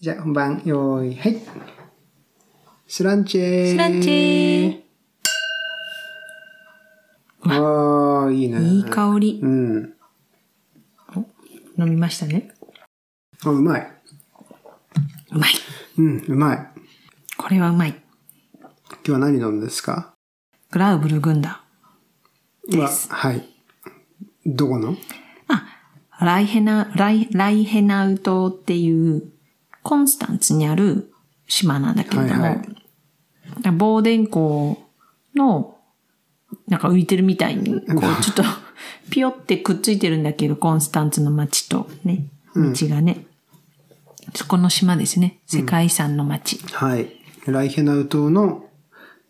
じゃあ本番、用意、はい。スランチェースランチェああ、いいね。いい香りう。ん。飲みましたね。あ、うまい。うまい。うん、うまい。今これはうまい。日は何飲むんですかグラウブルグンダは、はい。どこのー。あ、ライヘナ、ライ、ライヘナウ島っていう、コンスタンツにある島なんだけれども、はいは防電湖の、なんか浮いてるみたいに、こう、ちょっ と、ピヨってくっついてるんだけど、コンスタンツの町とね、道がね、そこの島ですね。世界遺産の町。はい。ライヘナウ島の、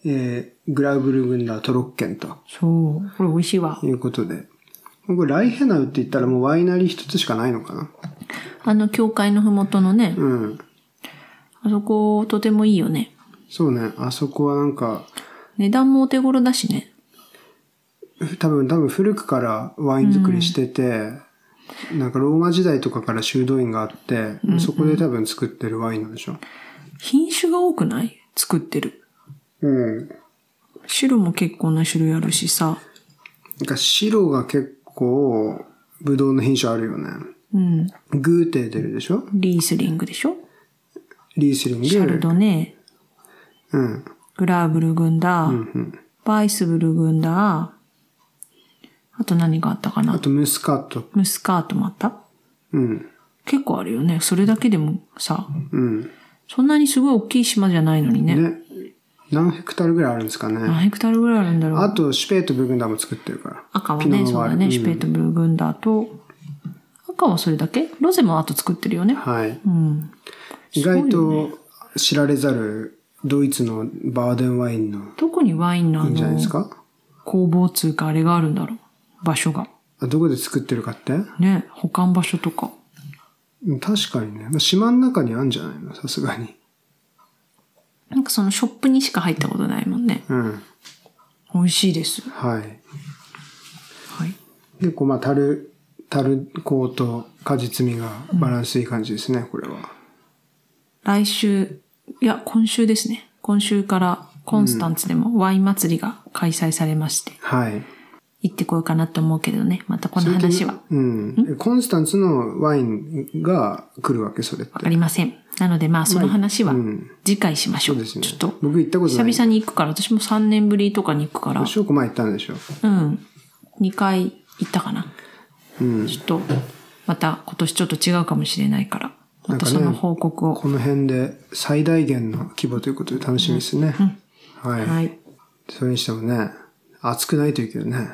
えーグラウブルグンダートロッケンとそう。これ美味しいわ。いうことで。これライヘナウって言ったらもうワイナリー一つしかないのかなあの、教会のふもとのね、うん。あそこ、とてもいいよね。そうね。あそこはなんか、値段もお手頃だしね。多分、多分古くからワイン作りしてて、なんかローマ時代とかから修道院があって、そこで多分作ってるワインなんでしょ。品種が多くない作ってる。うん。白も結構な種類あるしさ。なんか白が結構、ブドウの品種あるよね。うん。グーテー出るでしょリースリングでしょリースリング。シャルドネ、うん。グラーブルグンダー、うんバイスブルグンダー、あと何があったかあなとムスカット。ムスカートもあったうん。結構あるよね。それだけでもさ、うん。そんなにすごい大きい島じゃないのにね。ね。何ヘクタールぐらいあるんですかね。何ヘクタールぐらいあるんだろうあ。と、シュペートブグンダーも作ってるから。赤はピノね、ノそうワーだルね、シュペートブルグンダーと、赤はそれだけロゼもあと作ってるよね。はい。うん。意外と知られざるドイツのバーデンワインの、どこにワインのあいいんじゃないのですか工房通貨あれがあるんだろう場所が。あどこで作ってるかってね、保管場所とか。うん確かにね。まあ島の中にあるんじゃないのさすがに。なんかそのショップにしか入ったことないもんね。うん。美味しいです。はい。はい。結構まあ、樽、樽香と果実味がバランスいい感じですね、これは。来週、いや、今週ですね。今週からコンスタンツでもワイン祭りが開催されまして、はい。行ってこようかなと思うけどね。またこの話はうん。コンスタンツのワインが来るわけ、それってわ。かりません。なのでまあその話はうん次回しましょう。そうですねちょっと、僕行ったことな久い。々に行くから、私も3年ぶりとかに行くから、翔子前行ったんでしょ。うん。2回行ったかな。うん。ちょっと、また今年ちょっと違うかもしれないから、またその報告を。この辺で最大限の規模ということで楽しみですね。はい。はい。それにしてもね、暑くないといいけどね。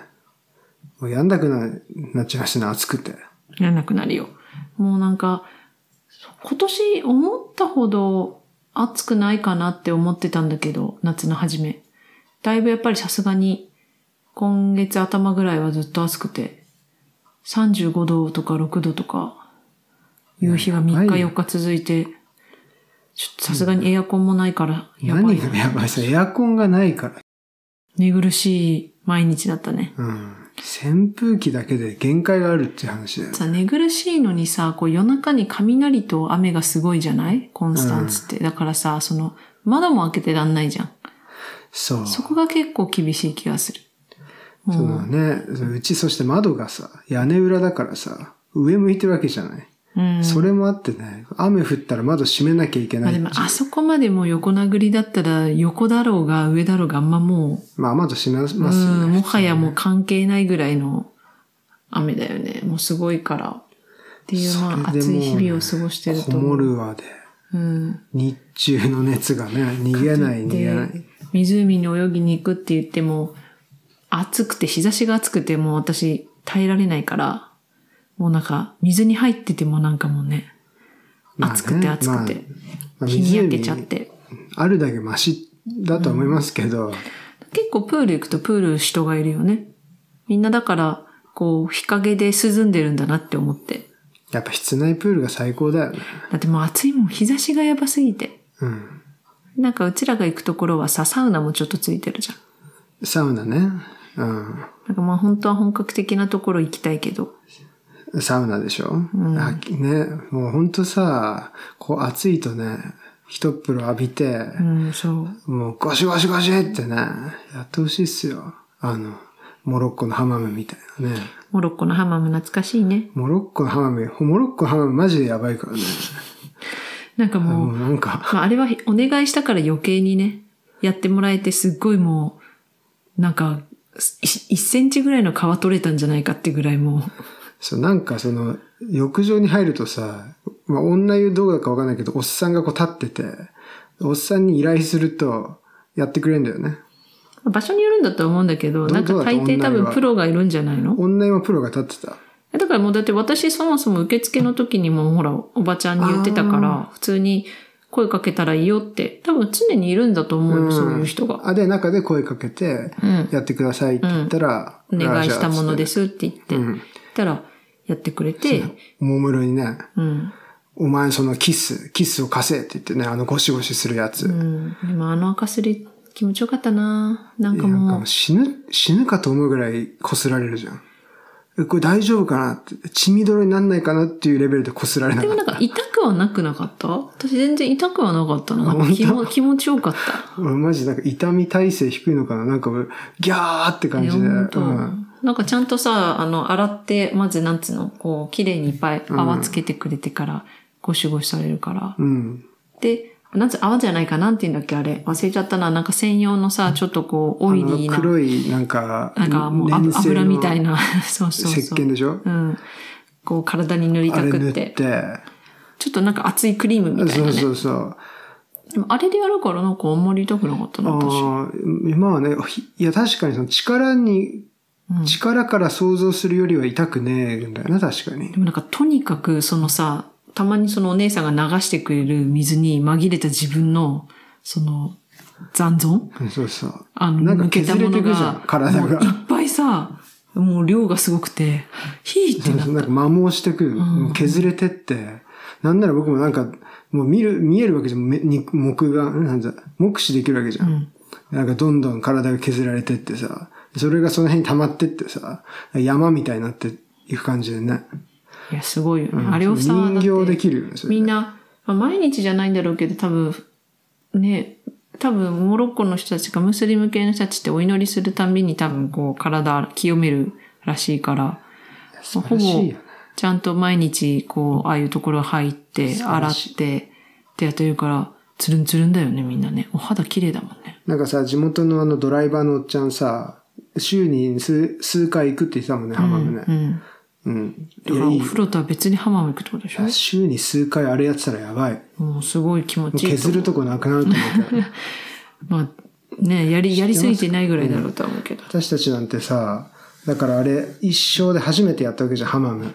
もうやんだくな、なっちゃいましたね、暑くて。いらなくなるよ。もうなんか、今年思ったほど暑くないかなって思ってたんだけど、夏の初め。だいぶやっぱりさすがに、今月頭ぐらいはずっと暑くて、35度とか6度とか、いう日が3日やばいよ4日続いて、ちょっとさすがにエアコンもないから、やば何いながやばいさ、エアコンがないから。寝苦しい毎日だったね。うん。扇風機だけで限界があるっていう話だよね。さ、寝苦しいのにさ、こう夜中に雷と雨がすごいじゃないコンスタンツって。だからさ、その、窓も開けてらんないじゃん。そう。そそこが結構厳しい気がする。うだね。うちそして窓がさ、屋根裏だからさ、上向いてるわけじゃない。うん。それもあってね、雨降ったら窓閉めなきゃいけまなあいでっていう。も、あそこまでもう横殴りだったら、横だろうが上だろうがあんまもまあ、窓閉めますう、ようね。ん、もはやもう関係ないぐらいの雨だよね。もうすごいから。っていう、まあ、それで暑もういね日々を過ごしてるとこ思もう。るわで。うん。日中の熱がね、逃げない、逃げない。湖に泳ぎに行くって言っても、暑くて、日差しが暑くて、もう私耐えられないから、もうなんか、水に入っててもなんかもうね、まあね暑くて暑くて、まあ日に焼けちゃっ。て。湖あるだけマシだと思いますけど、結構プール行くとプール人がいるよね。みんなだから、こう、日陰で涼んでるんだなって思って。やっぱ室内プールが最高だよね。だってもう暑いもん、日差しがやばすぎて。うん。なんかうちらが行くところはさ、サウナもちょっとついてるじゃん。サウナね。うん。なんかまあ本当は本格的なところ行きたいけど、サウナでしょ、んあね、もうほんとさ、こう暑いとね、一風呂浴びて、うん、そう。もうゴシゴシゴシってね、やってほしいっすよ。あの、モロッコのハマムみたいなね。モロッコのハマム懐かしいね。モロッコのハマム、モロッコのハマムマジでやばいからね。 なんかもう、もうなんか、まあ、あれはお願いしたから余計にね、やってもらえてすっごいもう、なんか、1センチぐらいの皮取れたんじゃないかってぐらいもそう、なんかその、浴場に入るとさ、まあ、女湯どうだかわかんないけど、おっさんがこう立ってて、おっさんに依頼すると、やってくれるんだよね。う、場所によるんだと思うんだけど、どなんか大抵どうだと多女分はプロがいるんじゃないの女湯はプロが立ってた。だからもうだって私そもそも受付の時にもほら、おばちゃんに言ってたから、普通に声かけたらいいよって、多分常にいるんだと思うよ、んそういう人が。あ、で、中で声かけて、うん。やってくださいって言ったら、。お願いしたものですすって言って、う言んったらやってくれて、おもむろにね、うん。お前そのキス、キスを貸せって言ってね、あのゴシゴシするやつ。うん。でもあの赤すり気持ちよかったななんかなんかももうう、死ぬ、死ぬかと思うぐらい擦られるじゃん。えこれ大丈夫かなって、血みどろになんないかなっていうレベルで擦られなでかもっなんか痛くはなくなかった私全然痛くはなかったな。本当気も気持ちよかった。た。俺マジなんか痛み耐性低いのかななんか俺、ギャーって感いじやで。本当うんなんかちゃんとさ、あの、洗って、まずなんつうの、こう、綺麗にいっぱい泡つけてくれてから、ゴシゴシされるから。うん。で、なんつ泡じゃないかなんて言うんだっけあれ。忘れちゃったな。なんか専用のさ、ちょっとこう、オあイリーのな。黒い、なんか、なんかもう油粘性の油みたいな。 そうそうそう。石鹸でしょうん。こう、体に塗りあたれく塗っってて。。ちょっとなんか熱いクリームみたいそなうね。そうそう。でもあれでやるからなんかあんまり痛くなかったな、私。ああ、今はね、ひいや確かにその力に、うん力から想像するよりは痛くねえんだよな、確かにで。もなんかとにかくそのさ、たまにそのお姉さんが流してくれる水に紛れた自分の、その、残存うんそうそう。あの、なんか抜けた削もれてのくじゃんが、、体もういっが。ぱいさ、もう量がすごくて、ひーってそうなそうなんか摩耗してくる。もう削れてって。なんなら僕もなんか、もう見る、見えるわけじゃん。目に目が、なんだ、目視できるわけじゃん。なんかどんどん体が削られてってさ。それがその辺に溜まってってさ、山みたいになっていく感じでね。いや、すごいよね。あれをさ、だって人形できるよね、それみんな、まあ、毎日じゃないんだろうけど、多分、ね、多分、モロッコの人たちがムスリム系の人たちってお祈りするたんびに多分、こう、体清めるらしいから、まあ素晴ほらぼしいよね、ちゃんと毎日、こう、ああいうところ入って、素晴洗らっ、してってやってるから、つるんつるんだよね、みんなね。お肌綺麗だもんね。なんかさ、地元のあのドライバーのおっちゃんさ、週に数数回行くって言ってたもんね、ハマムね。うん。うん。だいかや、ら、いおい風呂とは別にハマム行くってことでしょよ。週に数回あれやってたらやばい。ももう、すごい気持うちいいと削思う。るとこなくなると思う から。まあ、ね、やり、やりすぎてないぐらいだろうとは思うけど。私たちなんてさ、だからあれ、一生で初めてやったわけじゃん、ハマム。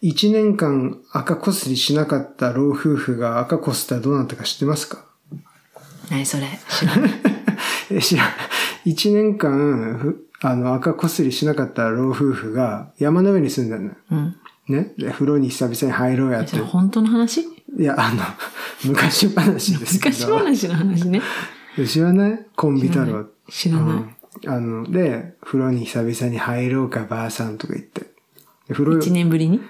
一年間赤こすりしなかった老夫婦が赤こすったらどうなったか知ってますか何それ知 らない。え知らん。一年間、ふあの、赤こすりしなかった老夫婦が山の上に住んでるのよ。うん。ね、で風呂に久々に入ろうやっそてれ。本当の話いや、あの、昔話ですけ昔ど。話の話ね。知らないコンビ太郎。知らなうい。んあの、で、風呂に久々に入ろうか、ばあさんとか言って。で風呂、一年ぶりに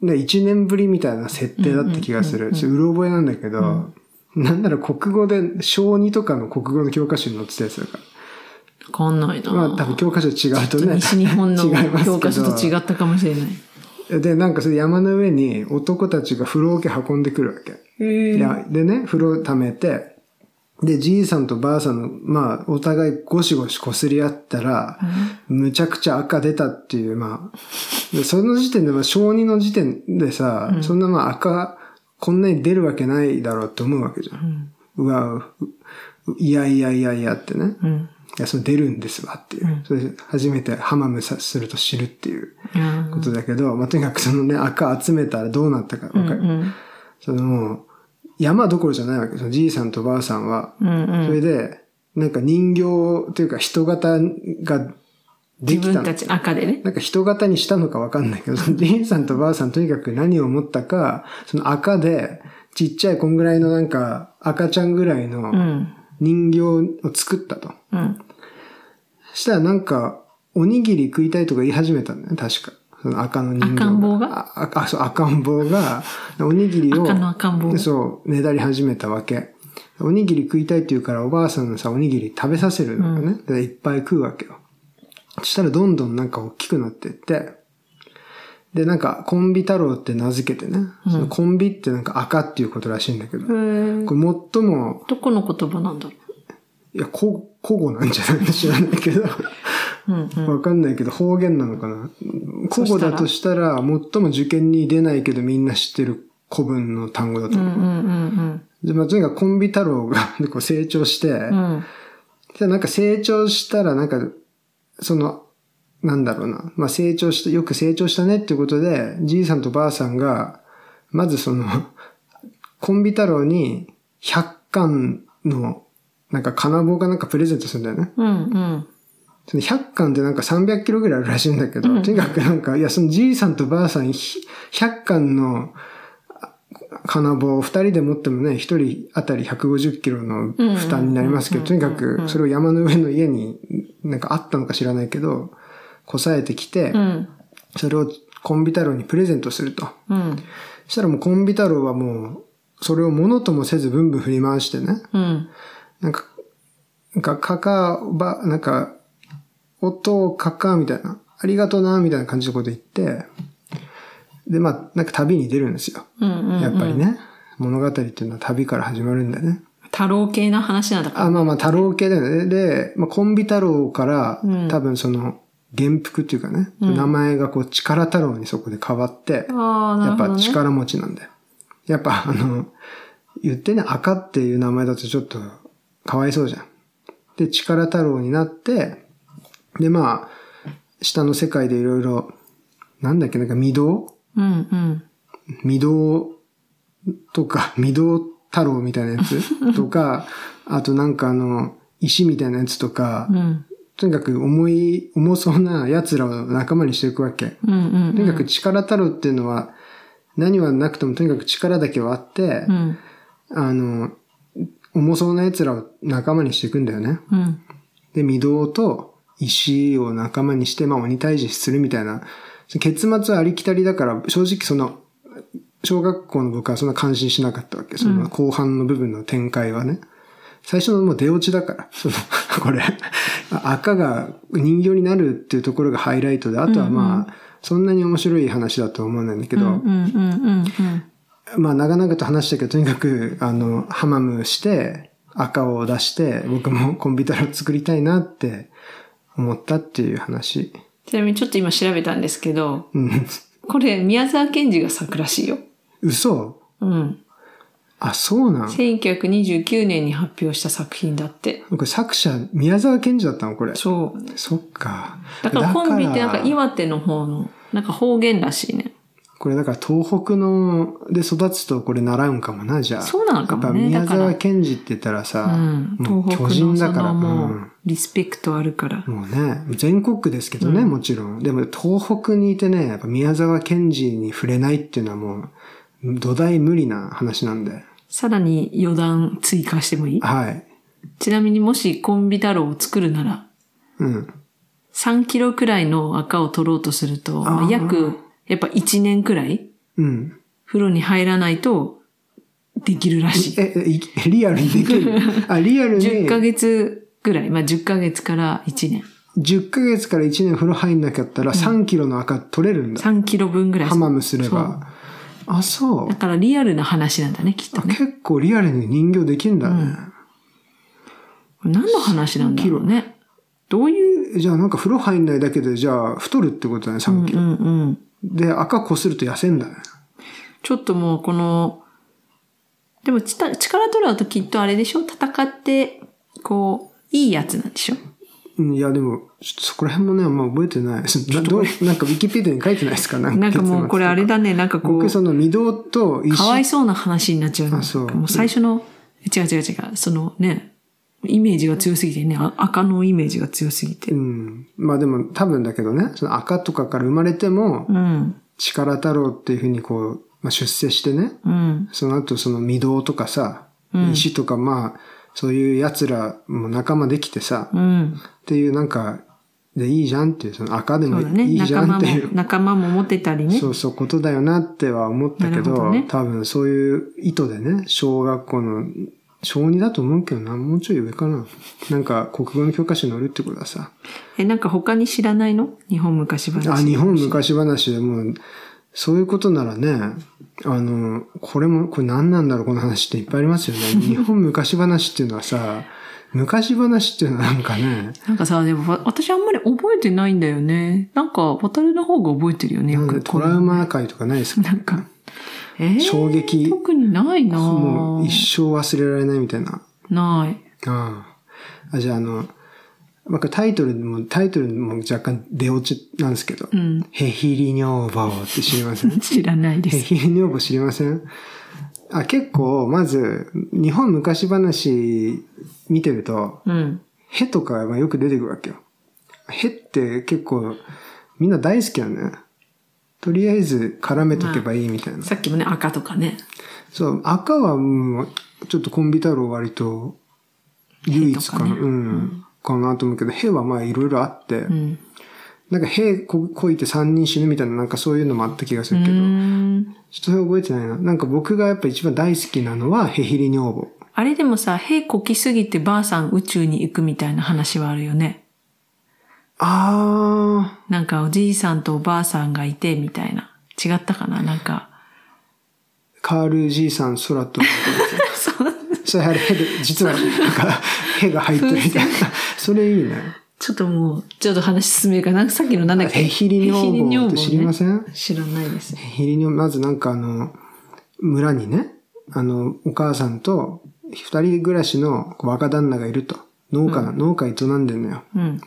ね、一年ぶりみたいな設定だった気がする。ちょっとうろ覚えなんだけど、なんなら国語で、小2とかの国語の教科書に載ってたやつだかわかんないな。ら。まあ多分教科書違うとね。西日本の 違いますけど教科書と違ったかもしれない。で、なんかそれ山の上に男たちが風呂桶運んでくるわけ。へいやでね、風呂溜めて、で、じいさんとばあさんの、まあ、お互いゴシゴシ擦り合ったら、むちゃくちゃ赤出たっていう、まあ、でその時点で、まあ、小児の時点でさ、そんなまあ赤、こんなに出るわけないだろうって思うわけじゃん。うわ、うういやいやいやいやってね。うん。いや、それ出るんですわっていう。それで初めてハマムさすると知るっていういやことだけど、まあ、とにかくそのね、赤集めたらどうなったかわかる。うん。その、山どころじゃないわけ。そのじいさんとばあさんは。うんうん。それで、なんか人形というか人型がで自きた分のた。ち赤でね。なんか人型にしたのかわかんないけど、そ のじいさんとばあさんとにかく何を思ったか、その赤で、ちっちゃいこんぐらいのなんか赤ちゃんぐらいうのん。人形を作ったと。うん。したらなんか、おにぎり食いたいとか言い始めたんだよね、確か。その赤の人形赤ん坊がああ、そう、赤ん坊が、おにぎりを、赤の赤ん坊そう、ねだり始めたわけ。おにぎり食いたいって言うから、おばあさんのさ、おにぎり食べさせるのよね。でいっぱい食うわけよ。そしたらどんどんなんか大きくなってって、で、なんか、コンビ太郎って名付けてね。そのコンビってなんか赤っていうことらしいんだけど。へーこれ最もどこの言葉なんだろいや、こ古語なんじゃないの知らないけど。う。うんうん。わかんないけど、方言なのかな。古語だとしたら、最も受験に出ないけどみんな知ってる古文の単語だとう思う。んうんうんでまあ、とにかくコンビ太郎が こう成長して、うん。うん。でなんか成長したら、なんか、その、なんだろうな。まあ、成長した、よく成長したねっていうことで、じいさんとばあさんが、まずその、コンビ太郎に100巻の、なんか金棒かなんかプレゼントするんだよね。うんうん。その100巻ってなんか300キロぐらいあるらしいんだけど、とにかくなんか、いや、そのじいさんとばあさん、ひ100巻のあ金棒を2人で持ってもね、1人あたり150キロの負担になりますけど、とにかくそれを山の上の家になんかあったのか知らないけど、こさえてきてう、ん。それをコンビ太郎にプレゼントすると。うん。そしたらもうコンビ太郎はもう、それをものともせずブンブン振り回してね、うん。なんか、なんか、かか、ば、なんか、音をかか、みたいな、ありがとうな、みたいな感じのこと言って、で、まあ、なんか旅に出るんですよ。うんうん。やっぱりね。物語っていうのは旅から始まるんだよね。太郎系な話なんだから。あ、まあまあ、太郎系だよね。で、まあ、コンビ太郎から、うん多分その、元服っていうかね、名前がこう、力太郎にそこで変わって、ああ、なやるっほど、ぱね。力持ちなんだよ。やっぱあの、言ってね、赤っていう名前だとちょっとかわいそうじゃん。で、力太郎になって、で、まあ、下の世界でいろいろ、なんだっけ、なんか未道うんうん。未道とか、未道太郎みたいなやつとか、 あとなんかあの、石みたいなやつとか、うん。とにかく重い、重そうな奴らを仲間にしていくわけ。うんうんうん。とにかく力太郎っていうのは、何はなくともとにかく力だけはあってう、ん。あの、重そうな奴らを仲間にしていくんだよね。うん。で、御堂と石を仲間にして、まあ鬼退治するみたいな。結末はありきたりだから、正直その、小学校の僕はそんな感心しなかったわけ。その後半の部分の展開はね。最初のもう出落ちだから。 その、これ、赤が人形になるっていうところがハイライトで、あとはまあ、そんなに面白い話だとは思わないんだけど、うんうんうんまあ、長々と話したけど、とにかく、あの、ハマムして、赤を出して、僕もコンビタルを作りたいなって思ったっていう話。ちなみにちょっと今調べたんですけど、うん。 これ宮沢賢治が作らしいよ。嘘うん。あ、そうなん1929年に発表した作品だって。これ作者、宮沢賢治だったのこれ。そう。そっか。だからコンビってなんかだら岩手の方の、なんか方言らしいね。これだから東北の、で育つとこれ習うんかもな、じゃあ。そうなのかもねやっぱだか宮沢ら賢治って言ったらうさ、ん。もう東北巨の人だから。そのもうんう、リスペクトあるから。もうね、全国区ですけどね、もちろん。でも、東北にいてね、やっぱ宮沢賢治に触れないっていうのはもう、土台無理な話なんで。さらに余談追加してもいいはい。ちなみにもしコンビ太郎を作るなら、うん。 3キロくらいの赤を取ろうとすると、あーまあ約、やっぱ1年くらいうん。風呂に入らないとできるらしい。え、えいリアルにできる あ、リアルに10ヶ10月くらい、まあ10ヶ月から1年。ヶ月から1年風呂入んなきゃったら3キロの赤取れるんだ。 3キロ分くらい。ハマムすれそう。ば。あ、そうだ。からリアルな話なんだね、きっとあね。結構リアルに人形できるんだね。これ何の話なんだろうね。どういう、えじゃあなんか風呂入んないだけで、じゃあ太るってことだね、3キうロ。んうん。で、赤こすると痩せんだね。ちょっともうこの、でもちた力取るだときっとあれでしょ戦って、こう、いいやつなんでしょうんいや、でも、ちょっとそこら辺もね、あんま覚えてない。などうなんかウィキペディアに書いてないですかなんかなんかもうこれあれだ。だね、なんかこ、僕、そうの、御堂と石。かわいそうな話になっちゃうねあそうもう最初の、違う違う違う、そのね、イメージが強すぎてね、あ赤のイメージが強すぎて。う。うんまあでも、多分だけどね、その赤とかから生まれても、ん、力太郎っていうふうにこう、まあ、出世してね、うん、その後その御堂とかさ、石とかまあ、そういう奴らも仲間できてさ、うん、っていうなんか、でいいじゃんっていう、その赤でそもうだね。いいじゃん仲っ間てもいう、、仲間も持てたりね。そうそうことだよなっては思ったけなるほど、どね多分そういう意図でね、小学校の、小2だと思うけどな、もうちょい上かな。なんか国語の教科書に載るってことはさ、え、なんか他に知らないの日本昔話。あ、日本昔話でもう、そういうことならね、あの、これも、これ何なんだろう、この話っていっぱいあります よね。日本昔話っていうのはさ、昔話っていうのはなんかね、なんかさ、でもわ私あんまり覚えてないんだよね。なんか、渡るの方が覚えてるよね、なんよかく。トラウマ界とかないですかなんか、えー、衝撃特にないなぁもう一生忘れられないみたいな。ない。ああ。あじゃあ、あの、なんかタイトルも、タイトルも若干出落ちなんですけど、うん。ヘヒリ女房って知りません知らない でヘす。ヒリ女房知りませんあ結構、まず、日本昔話見てると、うん。ヘとかまあよく出てくるわけよ。ヘって結構、みんな大好きなんだよね。とりあえず絡めとけばいいみたいな。さっきもね、赤とかね。そう、赤はもう、ちょっとコンビ太郎割と、唯一かな、ヘとかうねん、かなと思うけど、兵はまあいろいろあって、うん。なんか兵ここいて三人死ぬみたいな、なんかそういうのもあった気がすうるけど、ーんちょっとそれ覚えてないな。なんか僕がやっぱ一番大好きなのは、ヘヒリ女房。あれでもさ、屁こきすぎてばあさん宇宙に行くみたいな話はあるよね。あなんかおじいさんとおばあさんがいてみたいな。違ったかななんか。ー、カールじいさん空と、 そうそれあれ、ヘで、実は、なん か、ヘが入ってるみたいな。それいいね。ちょっともう、ちょっと話進めるから、なんかさっきのなんだっけヘヒリ女房って知りませんん知らないです。ヘリにまずなんかあの、村にね、あの、お母さんと二人暮らしの若旦那がいると。農家な、農家営んでんのよ。うん。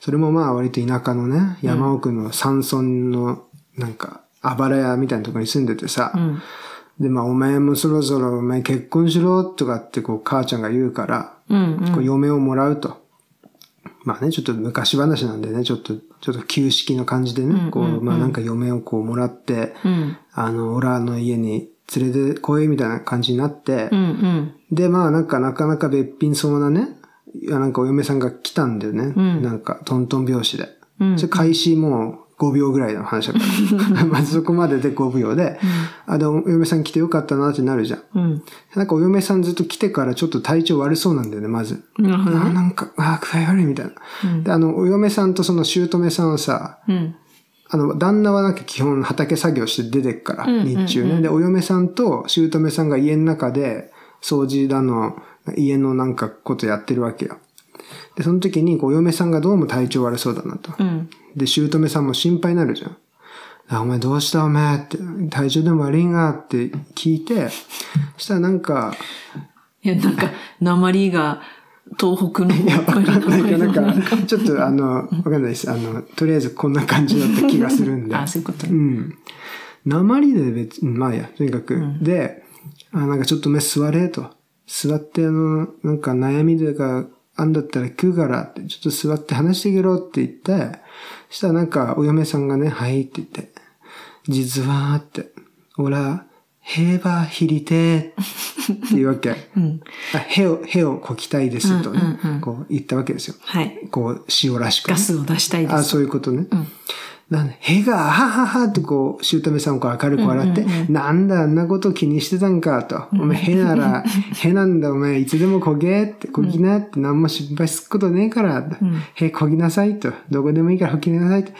それもまあ割と田舎のね、山奥の山村のなんか、あばら屋みたいなところに住んでてさ、うん。でまあお前もそろそろお前結婚しろとかってこう母ちゃんが言うから、うん、うん。こう嫁をもらうと。まあね、ちょっと昔話なんでね、ちょっと、ちょっと旧式の感じでね、こう、まあなんか嫁をこうもらって、うん。あの、オラの家に連れてこいみたいな感じになって、うん、うん。で、まあなんかなかなかべっぴんそうなね、いやなんかお嫁さんが来たんだよね。んなんかトントン拍子で。うんそれ開始もう5秒ぐらいの話だから。 まずそこまでで5秒で、あ、でもお嫁さん来てよかったなってなるじゃん。うん。なんかお嫁さんずっと来てからちょっと体調悪そうなんだよね、まず。なるあほどね。なんか、あ具合悪いみたいな。で、あの、お嫁さんとその姑さんはさ、うん。あの、旦那はなんか基本畑作業して出てくから、日中ね。で、お嫁さんと姑さんが家の中で、掃除だの、家のなんかことやってるわけよ。で、その時に、こう、お嫁さんがどうも体調悪そうだなと。うん。で、姑さんも心配になるじゃん。あ、お前どうしたお前って、体調でも悪いんがって聞いて、そしたらなんか、いや、なんか、鉛が、東北の方からなんか、なんか、ちょっとあの、わかんないです。あの、とりあえずこんな感じだった気がする んで。 あ、そういうことうね。ん。鉛で別、うんまあいいや、とにかく。で、あ、なんかちょっと目座れと。座って、あの、なんか悩みとか、あんだったら食うからって、ちょっと座って話してくろって言って、したらなんかお嫁さんがね、はいって言って、実はって、おら、へえばひりてーっていうわけ。 うん。あへを、へをこきたいですとね、うんうんうんこう言ったわけですよ。はい。こう、塩らしくね、ガスを出したいであ、す。そういうことね。うんなんで、へが、あはははってこう、姑さんをこう明るく笑って、なんだ、あんなこと気にしてたんかと。お前、へな ら、へなんだ、お前、いつでもこげって、こぎなって、何も失敗することねえから、へ、こぎなさいと。どこでもいいからこぎなさいと。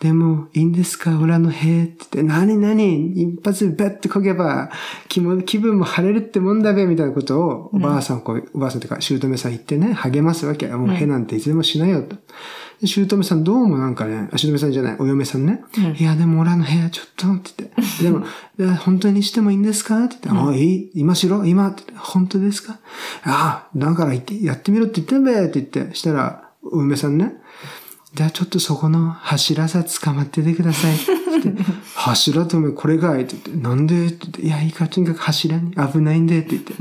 でも、いいんですか俺のへって言って、なになに一発バッてこげば、気も、気分も晴れるってもんだべ、みたいなことを、おばあさん、こう、おばあさんというか、姑さん言ってね、励ますわけ。もうへなんていつでもしないよと。で姑さんどうもなんかね、あ姑さんじゃない、お嫁さんね。いや、でも俺らの部屋ちょっと、って言 って。でも、で本当にしてもいいんですかって言って、あ、いい今しろ今って言って本当ですかああ、だから言って、やってみろって言ってんべって言って、したら、お嫁さんね。じゃあちょっとそこの柱さ捕まっててください。って言って柱とめこれかいって言って、なんでって言って、いや、いいからとにかく柱に危ないんでって言って。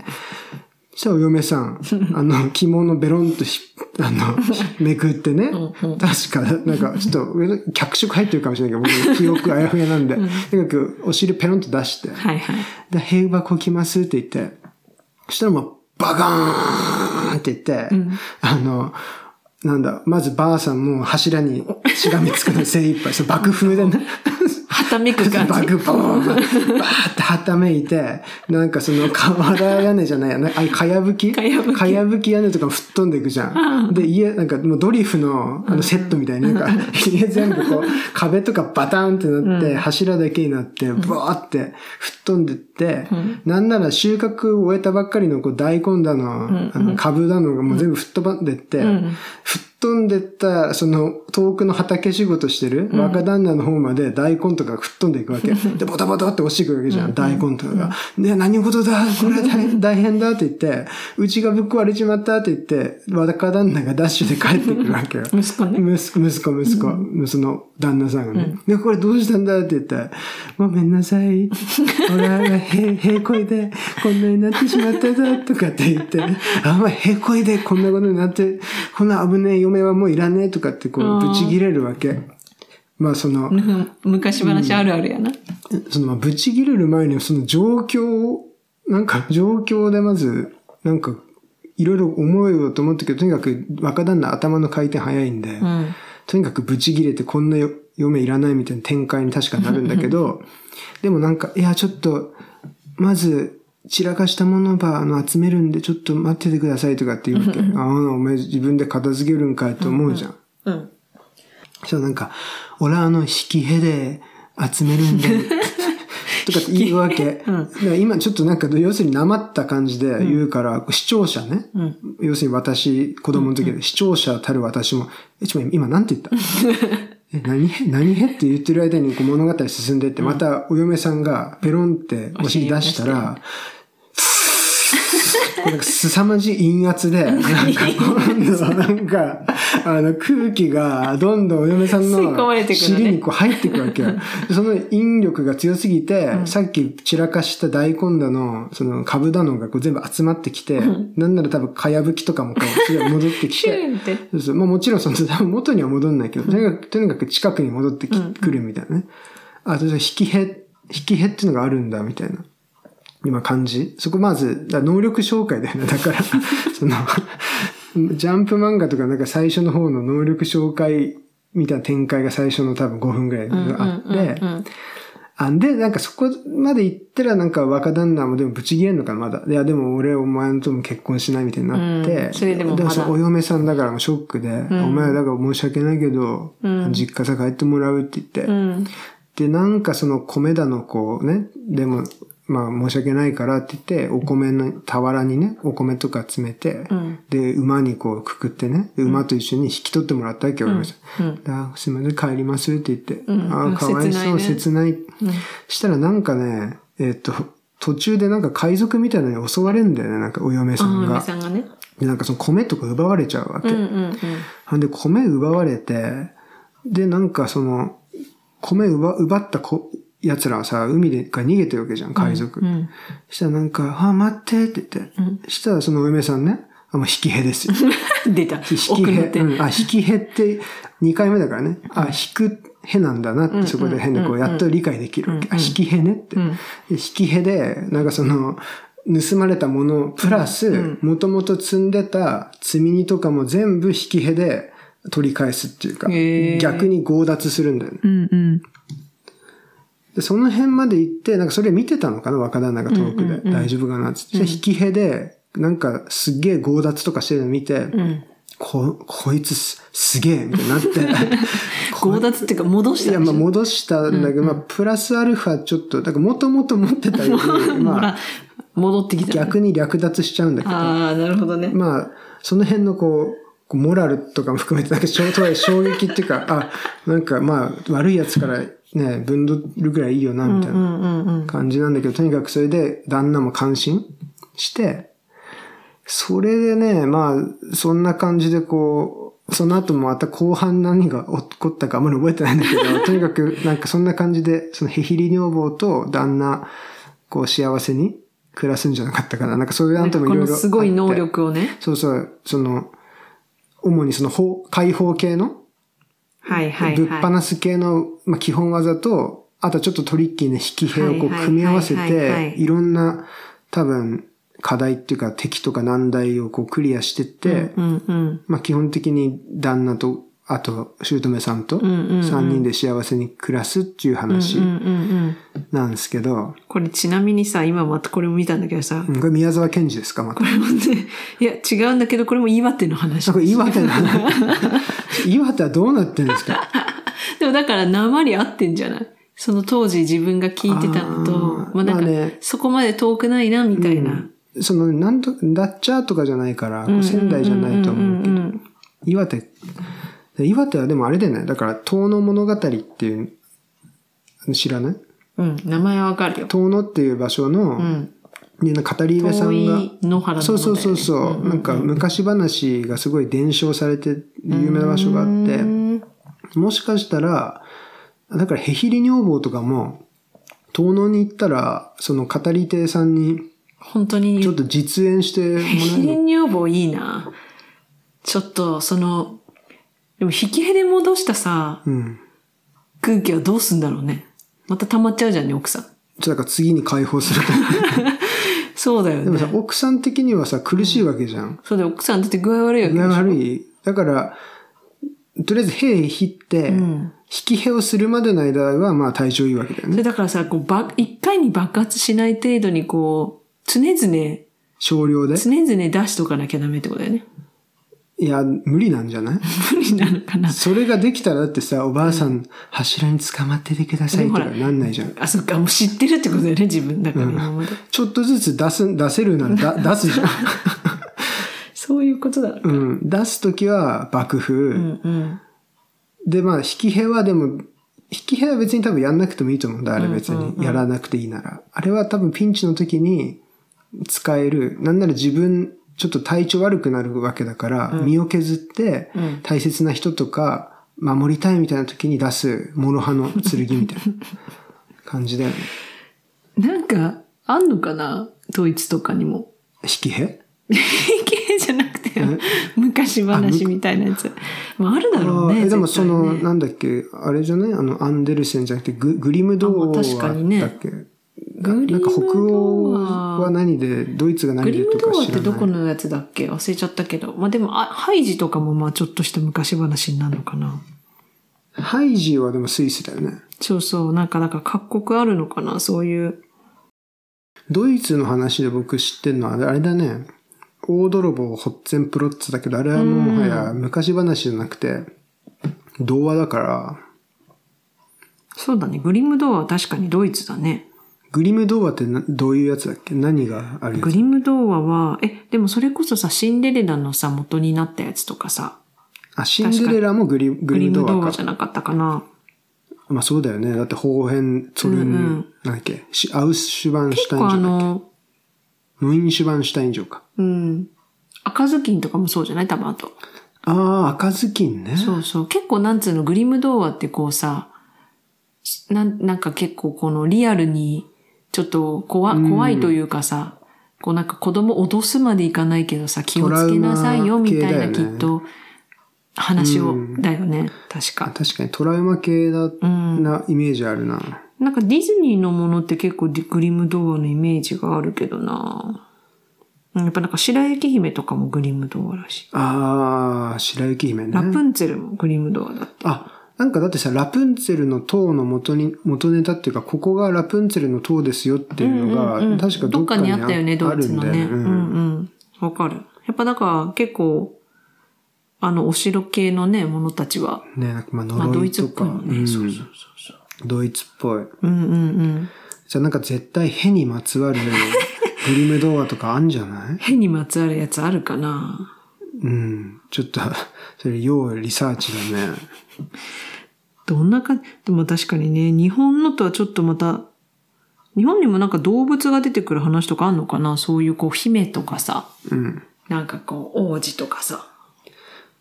そしたらお嫁さん、あの、着物ベロンとひ、あの、めくってね。確か、なんか、ちょっと、脚色入ってるかもしれないけど、僕の記憶あやふやなんで、とにかく、お尻ペロンと出して、はいはい。で、平和こきますって言って、そしたらもう、バカーンって言って、あの、なんだ、まずばあさんも柱にしがみつくの精一杯。そう爆風でね。 はためく 感バじ。グボーンバーってはためいて、なんかその瓦屋根じゃないやな、あれ、かやぶきかやぶき屋根とかも吹っ飛んでいくじゃん。で、家、なんかもうドリフのあのセットみたいに、なんか家全部こう、壁とかバタンってなって、柱だけになって、バーって吹っ飛んでって、なんなら収穫を終えたばっかりのこう大根だの、あの株だのがもう全部吹っ飛んでって、吹っ飛んでった、その、遠くの畑仕事してる若旦那の方まで大根とか吹っ飛んでいくわけ。で、ボタボタって落ちてくるわけじゃん、大根とかが。ね、何事だこれは大変大変だって言って、うちがぶっ壊れちまったって言って、若旦那がダッシュで帰ってくるわけよ。 息子ね。息子、息子、息子、その旦那さんがね、で、これどうしたんだって言ったら、ごめんなさ い。俺はへ、へこいでこんなになってしまっただ、とかって言って、あんまへこいでこんなことになって、こんな危ねえ嫁はもういらねえとかってこう、ぶち切れるわけ。まあその、うん昔話あるあるやな。そのまあぶち切れる前にその状況を、なんか 状況でまず、なんか、いろいろ思えようと思ったけど、とにかく若旦那頭の回転早いんで、うん。とにかくブチギレてこんなよ嫁いらないみたいな展開に確かなるんだけど、 でもなんか、いや、ちょっと、まず、散らかしたものば、あの、集めるんで、ちょっと待っててくださいとかって言う わけ。ああ、お前自分で片付けるんかいと思うじゃん。うん。そうなんか、俺はあの、引きヘで集める んで、とかって言うわけ。だから今ちょっとなんか、要するになまった感じで言うから、視聴者ね、要するに私、子供の時で、視聴者たる私も、え、ちょ、今なんて言ったえ何へ何へって言ってる間にこう物語進んでって、またお嫁さんがペロンってお尻出したら、なんか凄まじい陰圧で、なんか今度はなんか、あの空気がどんどんお嫁さん吸い込まれてのくのね尻にこう入っていくわけよ。その引力が強すぎて、さっき散らかした大根だの、その株だのがこう全部集まってきて、なんなら多分かやぶきとかもこうすごい戻ってき シて、ューンって。そうそう。まあもちろんその、 多分元には戻んないけど、とにかく、とにかく近くに戻ってき、来るみたいなね。あ、そうそう、引きへ、引きへっていうのがあるんだ、みたいな。今感じ。そこまず、だ能力紹介だよね。 だから、その、 ジャンプ漫画とかなんか最初の方の能力紹介みたいな展開が最初の多分5分ぐらいあって、うん。あんで、なんかそこまで行ったらなんか若旦那もでもぶち切れんのかな、まだ。いや、でも俺お前とも結婚しないみたいになって。うんそれでもまだそうお嫁さんだからもうショックで、お前はだから申し訳ないけど、実家さ帰ってもらうって言って。うん。で、なんかその米田のこうね、でも、まあ申し訳ないからって言って、お米の俵にね、お米とか詰めて、うんで、馬にこうくくってね、で馬と一緒に引き取ってもらったわけ、俺もさうんあすみません、帰りますって言って、んああ、かわいそう、切切ない,、したらなんかね、えっと、途中でなんか海賊みたいなのに襲われるんだよね、なんかお嫁さあんお嫁が。さんがね。で、なんかその米とか奪われちゃうわけ。うんうんほんで、米奪われて、で、なんかその、米奪奪ったこ奴らはさ、海でから逃げてるわけじゃん、海賊。うん。うん。したらなんか、あ、待ってって言って。したらそのお嫁さんね、あ、もう引きへですよ。 出た。引 奥きのへ。手。うん、あ、引きへって2回目だからね。あ、引くへなんだなって、そこで変でこう、やっと理解できるわけ。あ、引きへねって。で引きへで、なんかその、盗まれたもの、プラス、もともと積んでた積み荷とかも全部引きへで取り返すっていうかへ、ー逆に強奪するんだよね。うんうん。で、その辺まで行って、なんかそれ見てたのかな若旦那が遠くで。大丈夫かなっつって。引きへで、なんかすっげえ強奪とかしてるの見て、こ、こいつすすげえみたいにな って。強奪っていうか戻しいたや、んまでしあょ戻したんだけど、まあプラスアルファちょっと、だからもともと持ってたより、ほ まあら、戻ってきた。逆に略奪しちゃうんだけど。ああ、なるほどね。まあ、その辺のこう、こうモラルとかも含めて、なんか衝とはいえ衝撃っていうか、あ、なんかまあ、悪い奴からね、ぶんどるぐらいいいよな、みたいな感じなんだけど、とにかくそれで旦那も感心して、それでね、まあ、そんな感じでこう、その後もまた後半何が起こったかあんまり覚えてないんだけど、 とにかくなんかそんな感じで、そのヘヒリ女房と旦那、こう幸せに暮らすんじゃなかったかな。なんかそういうあんたもいころいろあっのて。すごい能力をね。そうそう、その、主にその法、解放系の、はいはいはい。ぶっ放す系の、まあ、基本技と、あとはちょっとトリッキーな引き兵をこうはいはい組み合わせはいはいはて、いいろんな、多分、課題っていうか敵とか難題をこうクリアしてって、うんうん。まあ基本的に旦那と、あと、姑さんと、うんうんうん3人で幸せに暮らすっていう話うんうんうん。なんですけど、これちなみにさ、今またこれも見たんだけどさ、うんこれ宮沢賢治ですかまたこ。れもね、いや違うんだけど、これも岩手の話。これ岩手なの 岩手はどうなってるんですかでもだから、鉛合ってんじゃないその当時自分が聞いてたのと、あーまあなんか、まあねそこまで遠くないな、みたいな。その、なんと、ダッチャーとかじゃないから、こう仙台じゃないと思うけど、ど。岩手、で岩手はでもあれだよね。だから、遠野物語っていう、知らないうん、名前はわかるよ。遠野っていう場所うの、ん。でなんか語り部さ遠んが、い野原のそうそうそうう。そう、なんか昔話がすごい伝承されて有名な場所があって、んもしかしたら、だからヘヒリ女房とかも、東能に行ったら、その語り手さんに、本当にちょっと実演してもらヒえるレ女房いいな。ちょっと、その、でも引きへで戻したさ、うん。空気はどうすんだろうね。また溜まっちゃうじゃんね、奥さん。ちょっとだから次に解放する。 そうだよでもさ、ね。奥さん的にはさ、苦しいわけじゃん。そうだよ、奥さんだって具合悪いわけ具合でしょ。悪い。だから、とりあえず、兵引って、ん引き兵をするまでの間は、まあ、体調いいわけだよそね。れだからさ、こう、ば、一回に爆発しない程度にこう、常々、常少量で。々出しとかなきゃダメってことだよね。 いや、無理なんじゃない無理なのかな。それができたらだってさ、おばあさん、柱に捕まっててくださいとかなんないじゃん。あ、そっか、もう知ってるってことだよね、自分だから今まで。ちょっとずつ出す、出せるならだ出すじ ゃん。そういうことだろう。うん。出すときは爆風。うんうん。で、まあ、引き兵はでも、引き兵は別に多分やんなくてもいいと思うんだ、あれ別に。やらなくていいなら。あれは多分ピンチの時に使える。なんなら自分、ちょっと体調悪くなるわけだから、身を削って、大切な人とか、守りたいみたいな時に出す、諸刃の剣みたいな感じだよね。なんか、あんのかなドイツとかにも。引き兵 系じゃなくて、昔話みたいなやつ。まあ、あるだろうあね。ーえでも絶対そねの、なんだっけ、あれじゃないあの、アンデルセンじゃなくてグ、グリム童話あまあ確かにねだっけなグリなム童話んか北欧は何で、ドイツがグ何リでムと童か話知ってらどこない。のやつだっけ忘れちゃったけど。まあでも、あハイジとかもまあちょっとした昔話になるのかな。ハイジはでもスイスだよね。そうそう。なんか、なんか各国あるのかなそういう。ドイツの話で僕知ってるのは、あれだね。大泥棒ホッツェンプロッツだけど、あれはもはや昔話じゃなくて、童話だから、そうだね。グリム童話は確かにドイツだね。グリム童話ってなどういうやつだっけ何があるやグつリム童話は、え、でもそれこそさ、シンデレラのさ、元になったやつとかさ、あ、シンデレラもグリググリリム童ム童話か話じゃ。なかったかな。まあそうだよね。だって、方変、ツォルン、うんうなんだっけ、シアウスシュバンシュタ結イン構あ城だっけ。の、ノインシュバンシュタイン城か。うん。赤ずきんとかもそうじゃない多分あと。ああ、赤ずきんね。そうそう。結構なんつうの、グリム童話ってこうさ、なんなんか結構このリアルに、ちょっと怖怖いというかさ、こうなんか子供脅すまでいかないけどさ、気をつけなさいよみたいなトきラウマ系だよねっと話を、うんだよね。確あか。確かにトラウマ系だうん。なイメージあるな。なんかディズニーのものって結構ディグリム童話のイメージがあるけどなうんやっぱなんか白雪姫とかもグリム童話らしい。ああ、白雪姫ラプね。ンツェルもグリム童話だって。あ、なんかだってさ、ラプンツェルの塔の元に、元ネタっていうか、ここがラプンツェルの塔ですよっていうのが、うんうんうん確かどっかにどっかにあったよね、ドあイツるんのだよね。ね。ううんんうん。わかる。やっぱだから結構、あの、お城系のね、ものたちは、ね、なんかまあまあド呪イいツっとぽか、いのね。うんそうそうそうドイツっぽい。そう。うんうんうん。じゃあなんか絶対ヘにまつわるグリム童話とかあんじゃない変にまつわるやつあるかなうん。ちょっと、それ要リサーチだね。どんなか、でも確かにね、日本のとはちょっとまた、日本にもなんか動物が出てくる話とかあんのかなそういうこう、姫とかさ、うん。なんかこう、王子とかさ、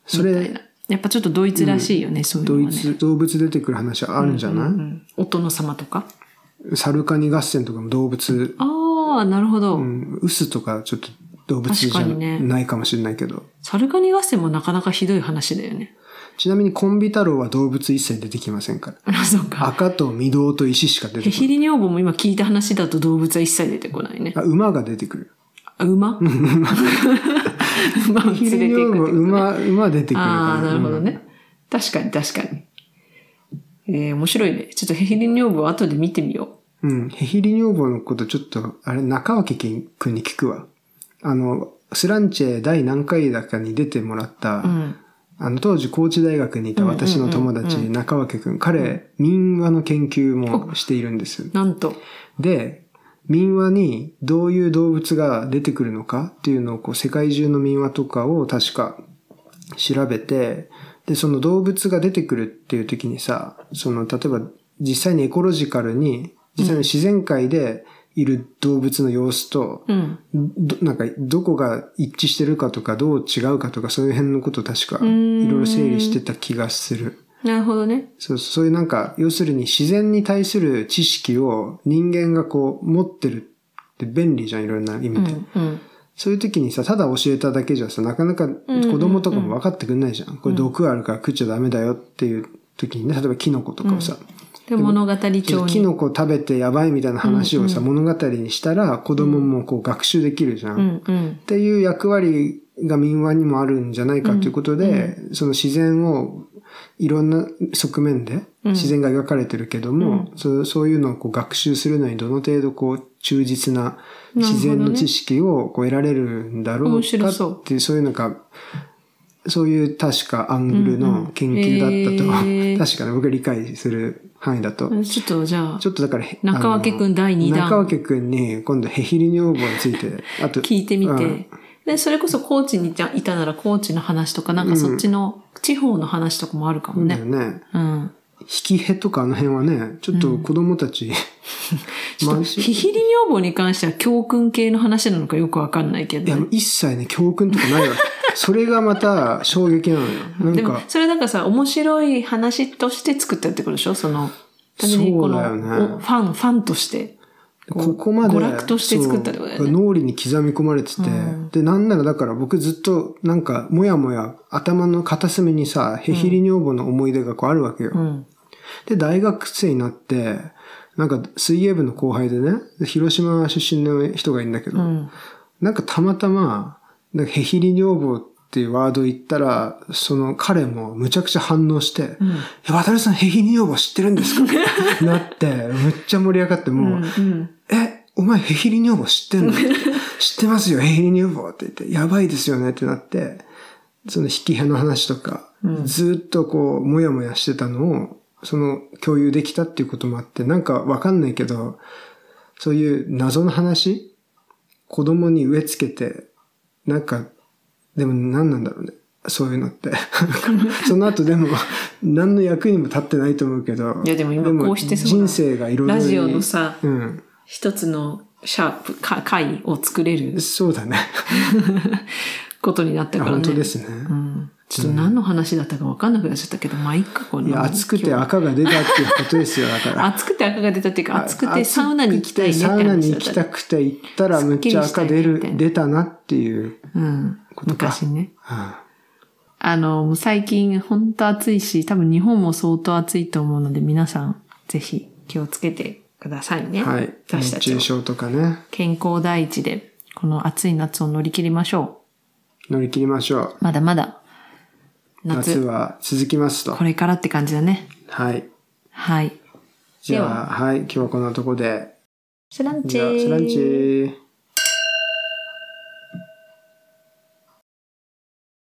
そみたいれ、な。やっぱちょっとドイツらしいよね、そういうのドはイね。ツ、動物出てくる話あるんじゃない、うん。お殿様とか。サルカニ合戦とかも動物、ああ、なるほど。うん、ウスとかちょっと動物じゃ確かにねないかもしれないけど。サルカニ合戦もなかなかひどい話だよね。ちなみにコンビ太郎は動物一切出てきませんから。あ、そうか。赤と御堂と石しか出ヘてこなヒい。リ女房も今聞いた話だと動物は一切出てこないね。あ馬が出てくる。あ 馬馬を連れていくってことね馬、馬出てくるから。ああ、なるほどね。確かに確かに。えー、面白いね。ちょっとヘヒリ女房後で見てみようん。うん。ヘヒリ女房のことちょっと、あれ、中脇君に聞くわ。あの、スランチェ第何回だかに出てもらった、う。うん。あの、当時、高知大学にいた私の友達、うんうんうん中脇君。彼、民話の研究もしているんです。なんと。で、民話にどういう動物が出てくるのかっていうのをこう世界中の民話とかを確か調べて、で、その動物が出てくるっていう時にさ、その例えば実際にエコロジカルに、実際の自然界でいる動物の様子と、うん。どなんかどこが一致してるかとかどう違うかとかそういう辺のことを確かうーんいろいろ整理してた気がする。なるほどね。そうそう、そういうなんか、要するに自然に対する知識を人間がこう持ってるって便利じゃん、いろんな意う味で。ん。うん。そういう時にさ、ただ教えただけじゃさ、なかなか子供とかも分かってくんないじゃん。これ毒あるから食っちゃダメだよっていう時にね、例えばキノコとかをさ、で、物語ちょっ調とキに。ノコ食べてやばいみたいな話をさ、物語にしたら子供もこう学習できるじゃん。うっん。うん。ていう役割が民話にもあるんじゃないかということで、その自然をいろんな側面でうん自然が描かれてるけども、そそういうのをこう学習するのにどの程度こう忠実ななるほどね自然の知識をこう得られるんだろう面か白っそうていう、そういうなんか、そういう確かアングルの研究だったと、うんうんへ ー確かね、僕が理解する範囲だと。ちょっとじゃあち、ょっとだから、中脇くん第二二弾中脇くんに今度ヘヒリ女房について、あと、聞いてみて。うんで、それこそ高知にいたいたなら高知の話とか、なんかそっちの地方の話とかもあるかもだよね。ね。うん。引きへとかあの辺はね、ちょっと子供たち、 ちょっと、毎週ヒヒリ女房に関しては教訓系の話なのかよくわかんないけいや、もど、ねう。一切ね、教訓とかないわけ。 それがまた衝撃なのよ。なでんもか、、それなんかさ、面白い話として作ったってことでしょその、単純にこの、そうだよねおファン、ファンとして。うここまで、娯楽として作ったってことだよねそう脳裏に刻み込まれてて、で、なんならだから僕ずっと、なんか、もやもや頭の片隅にさ、へひり女房の思い出がこうあるわけよ。うん。で、大学生になって、なんか水泳部の後輩でね、広島出身の人がいるんだけど、うん。なんかたまたま、なんかヘヒリ女房っていうワード言ったら、その彼もむちゃくちゃ反応して、え、渡るさんヘヒリ女房知ってるんです かなって、むっちゃ盛り上がって、もう、うん。え、お前ヘヒリ女房知ってん の知ってますよ、ヘヒリ女房って言って、やばいですよねってなって、その引き派の話とか、ずっとこう、もやもやしてたのを、その共有できたっていうこともあって、なんかわかんないけど、そういう謎の話子供に植え付けて、なんか、でも何なんだろうね。そういうの って。その後でも、何の役にも立ってないと思うけど。いやでも今こうしてそうな人生がいろいろラにジオのさ、うん。一つのシャープ、か回を作れ るそう だね。ことになったからね。本当ですね。うん。ちょっと何の話だったかわかんなくなっちゃったけど、まあ、いっか、この。いや、暑くて赤が出たっていうことですよ、だから。暑くて赤が出たっていうか、暑くて暑サウナに行きたいねってサウ話だナったに行きたくて行ったら、むっちゃ赤出すっきりしたいねみたいる、な出たなっていう。うん。ことか昔ね。はあの、もう最近本当暑いし、多分日本も相当暑いと思うので、皆さんぜひ気をつけてくださいね。い。はい私熱たち中も症とかね、健康第一で、この暑い夏を乗り切りましょ乗り切りましょう。う。まだまだ、夏夏、は続きますとこ。れからって感じだね。はい。はい。じゃあ、はい、今日はこんなとこで。スランチじゃあ、スランチー。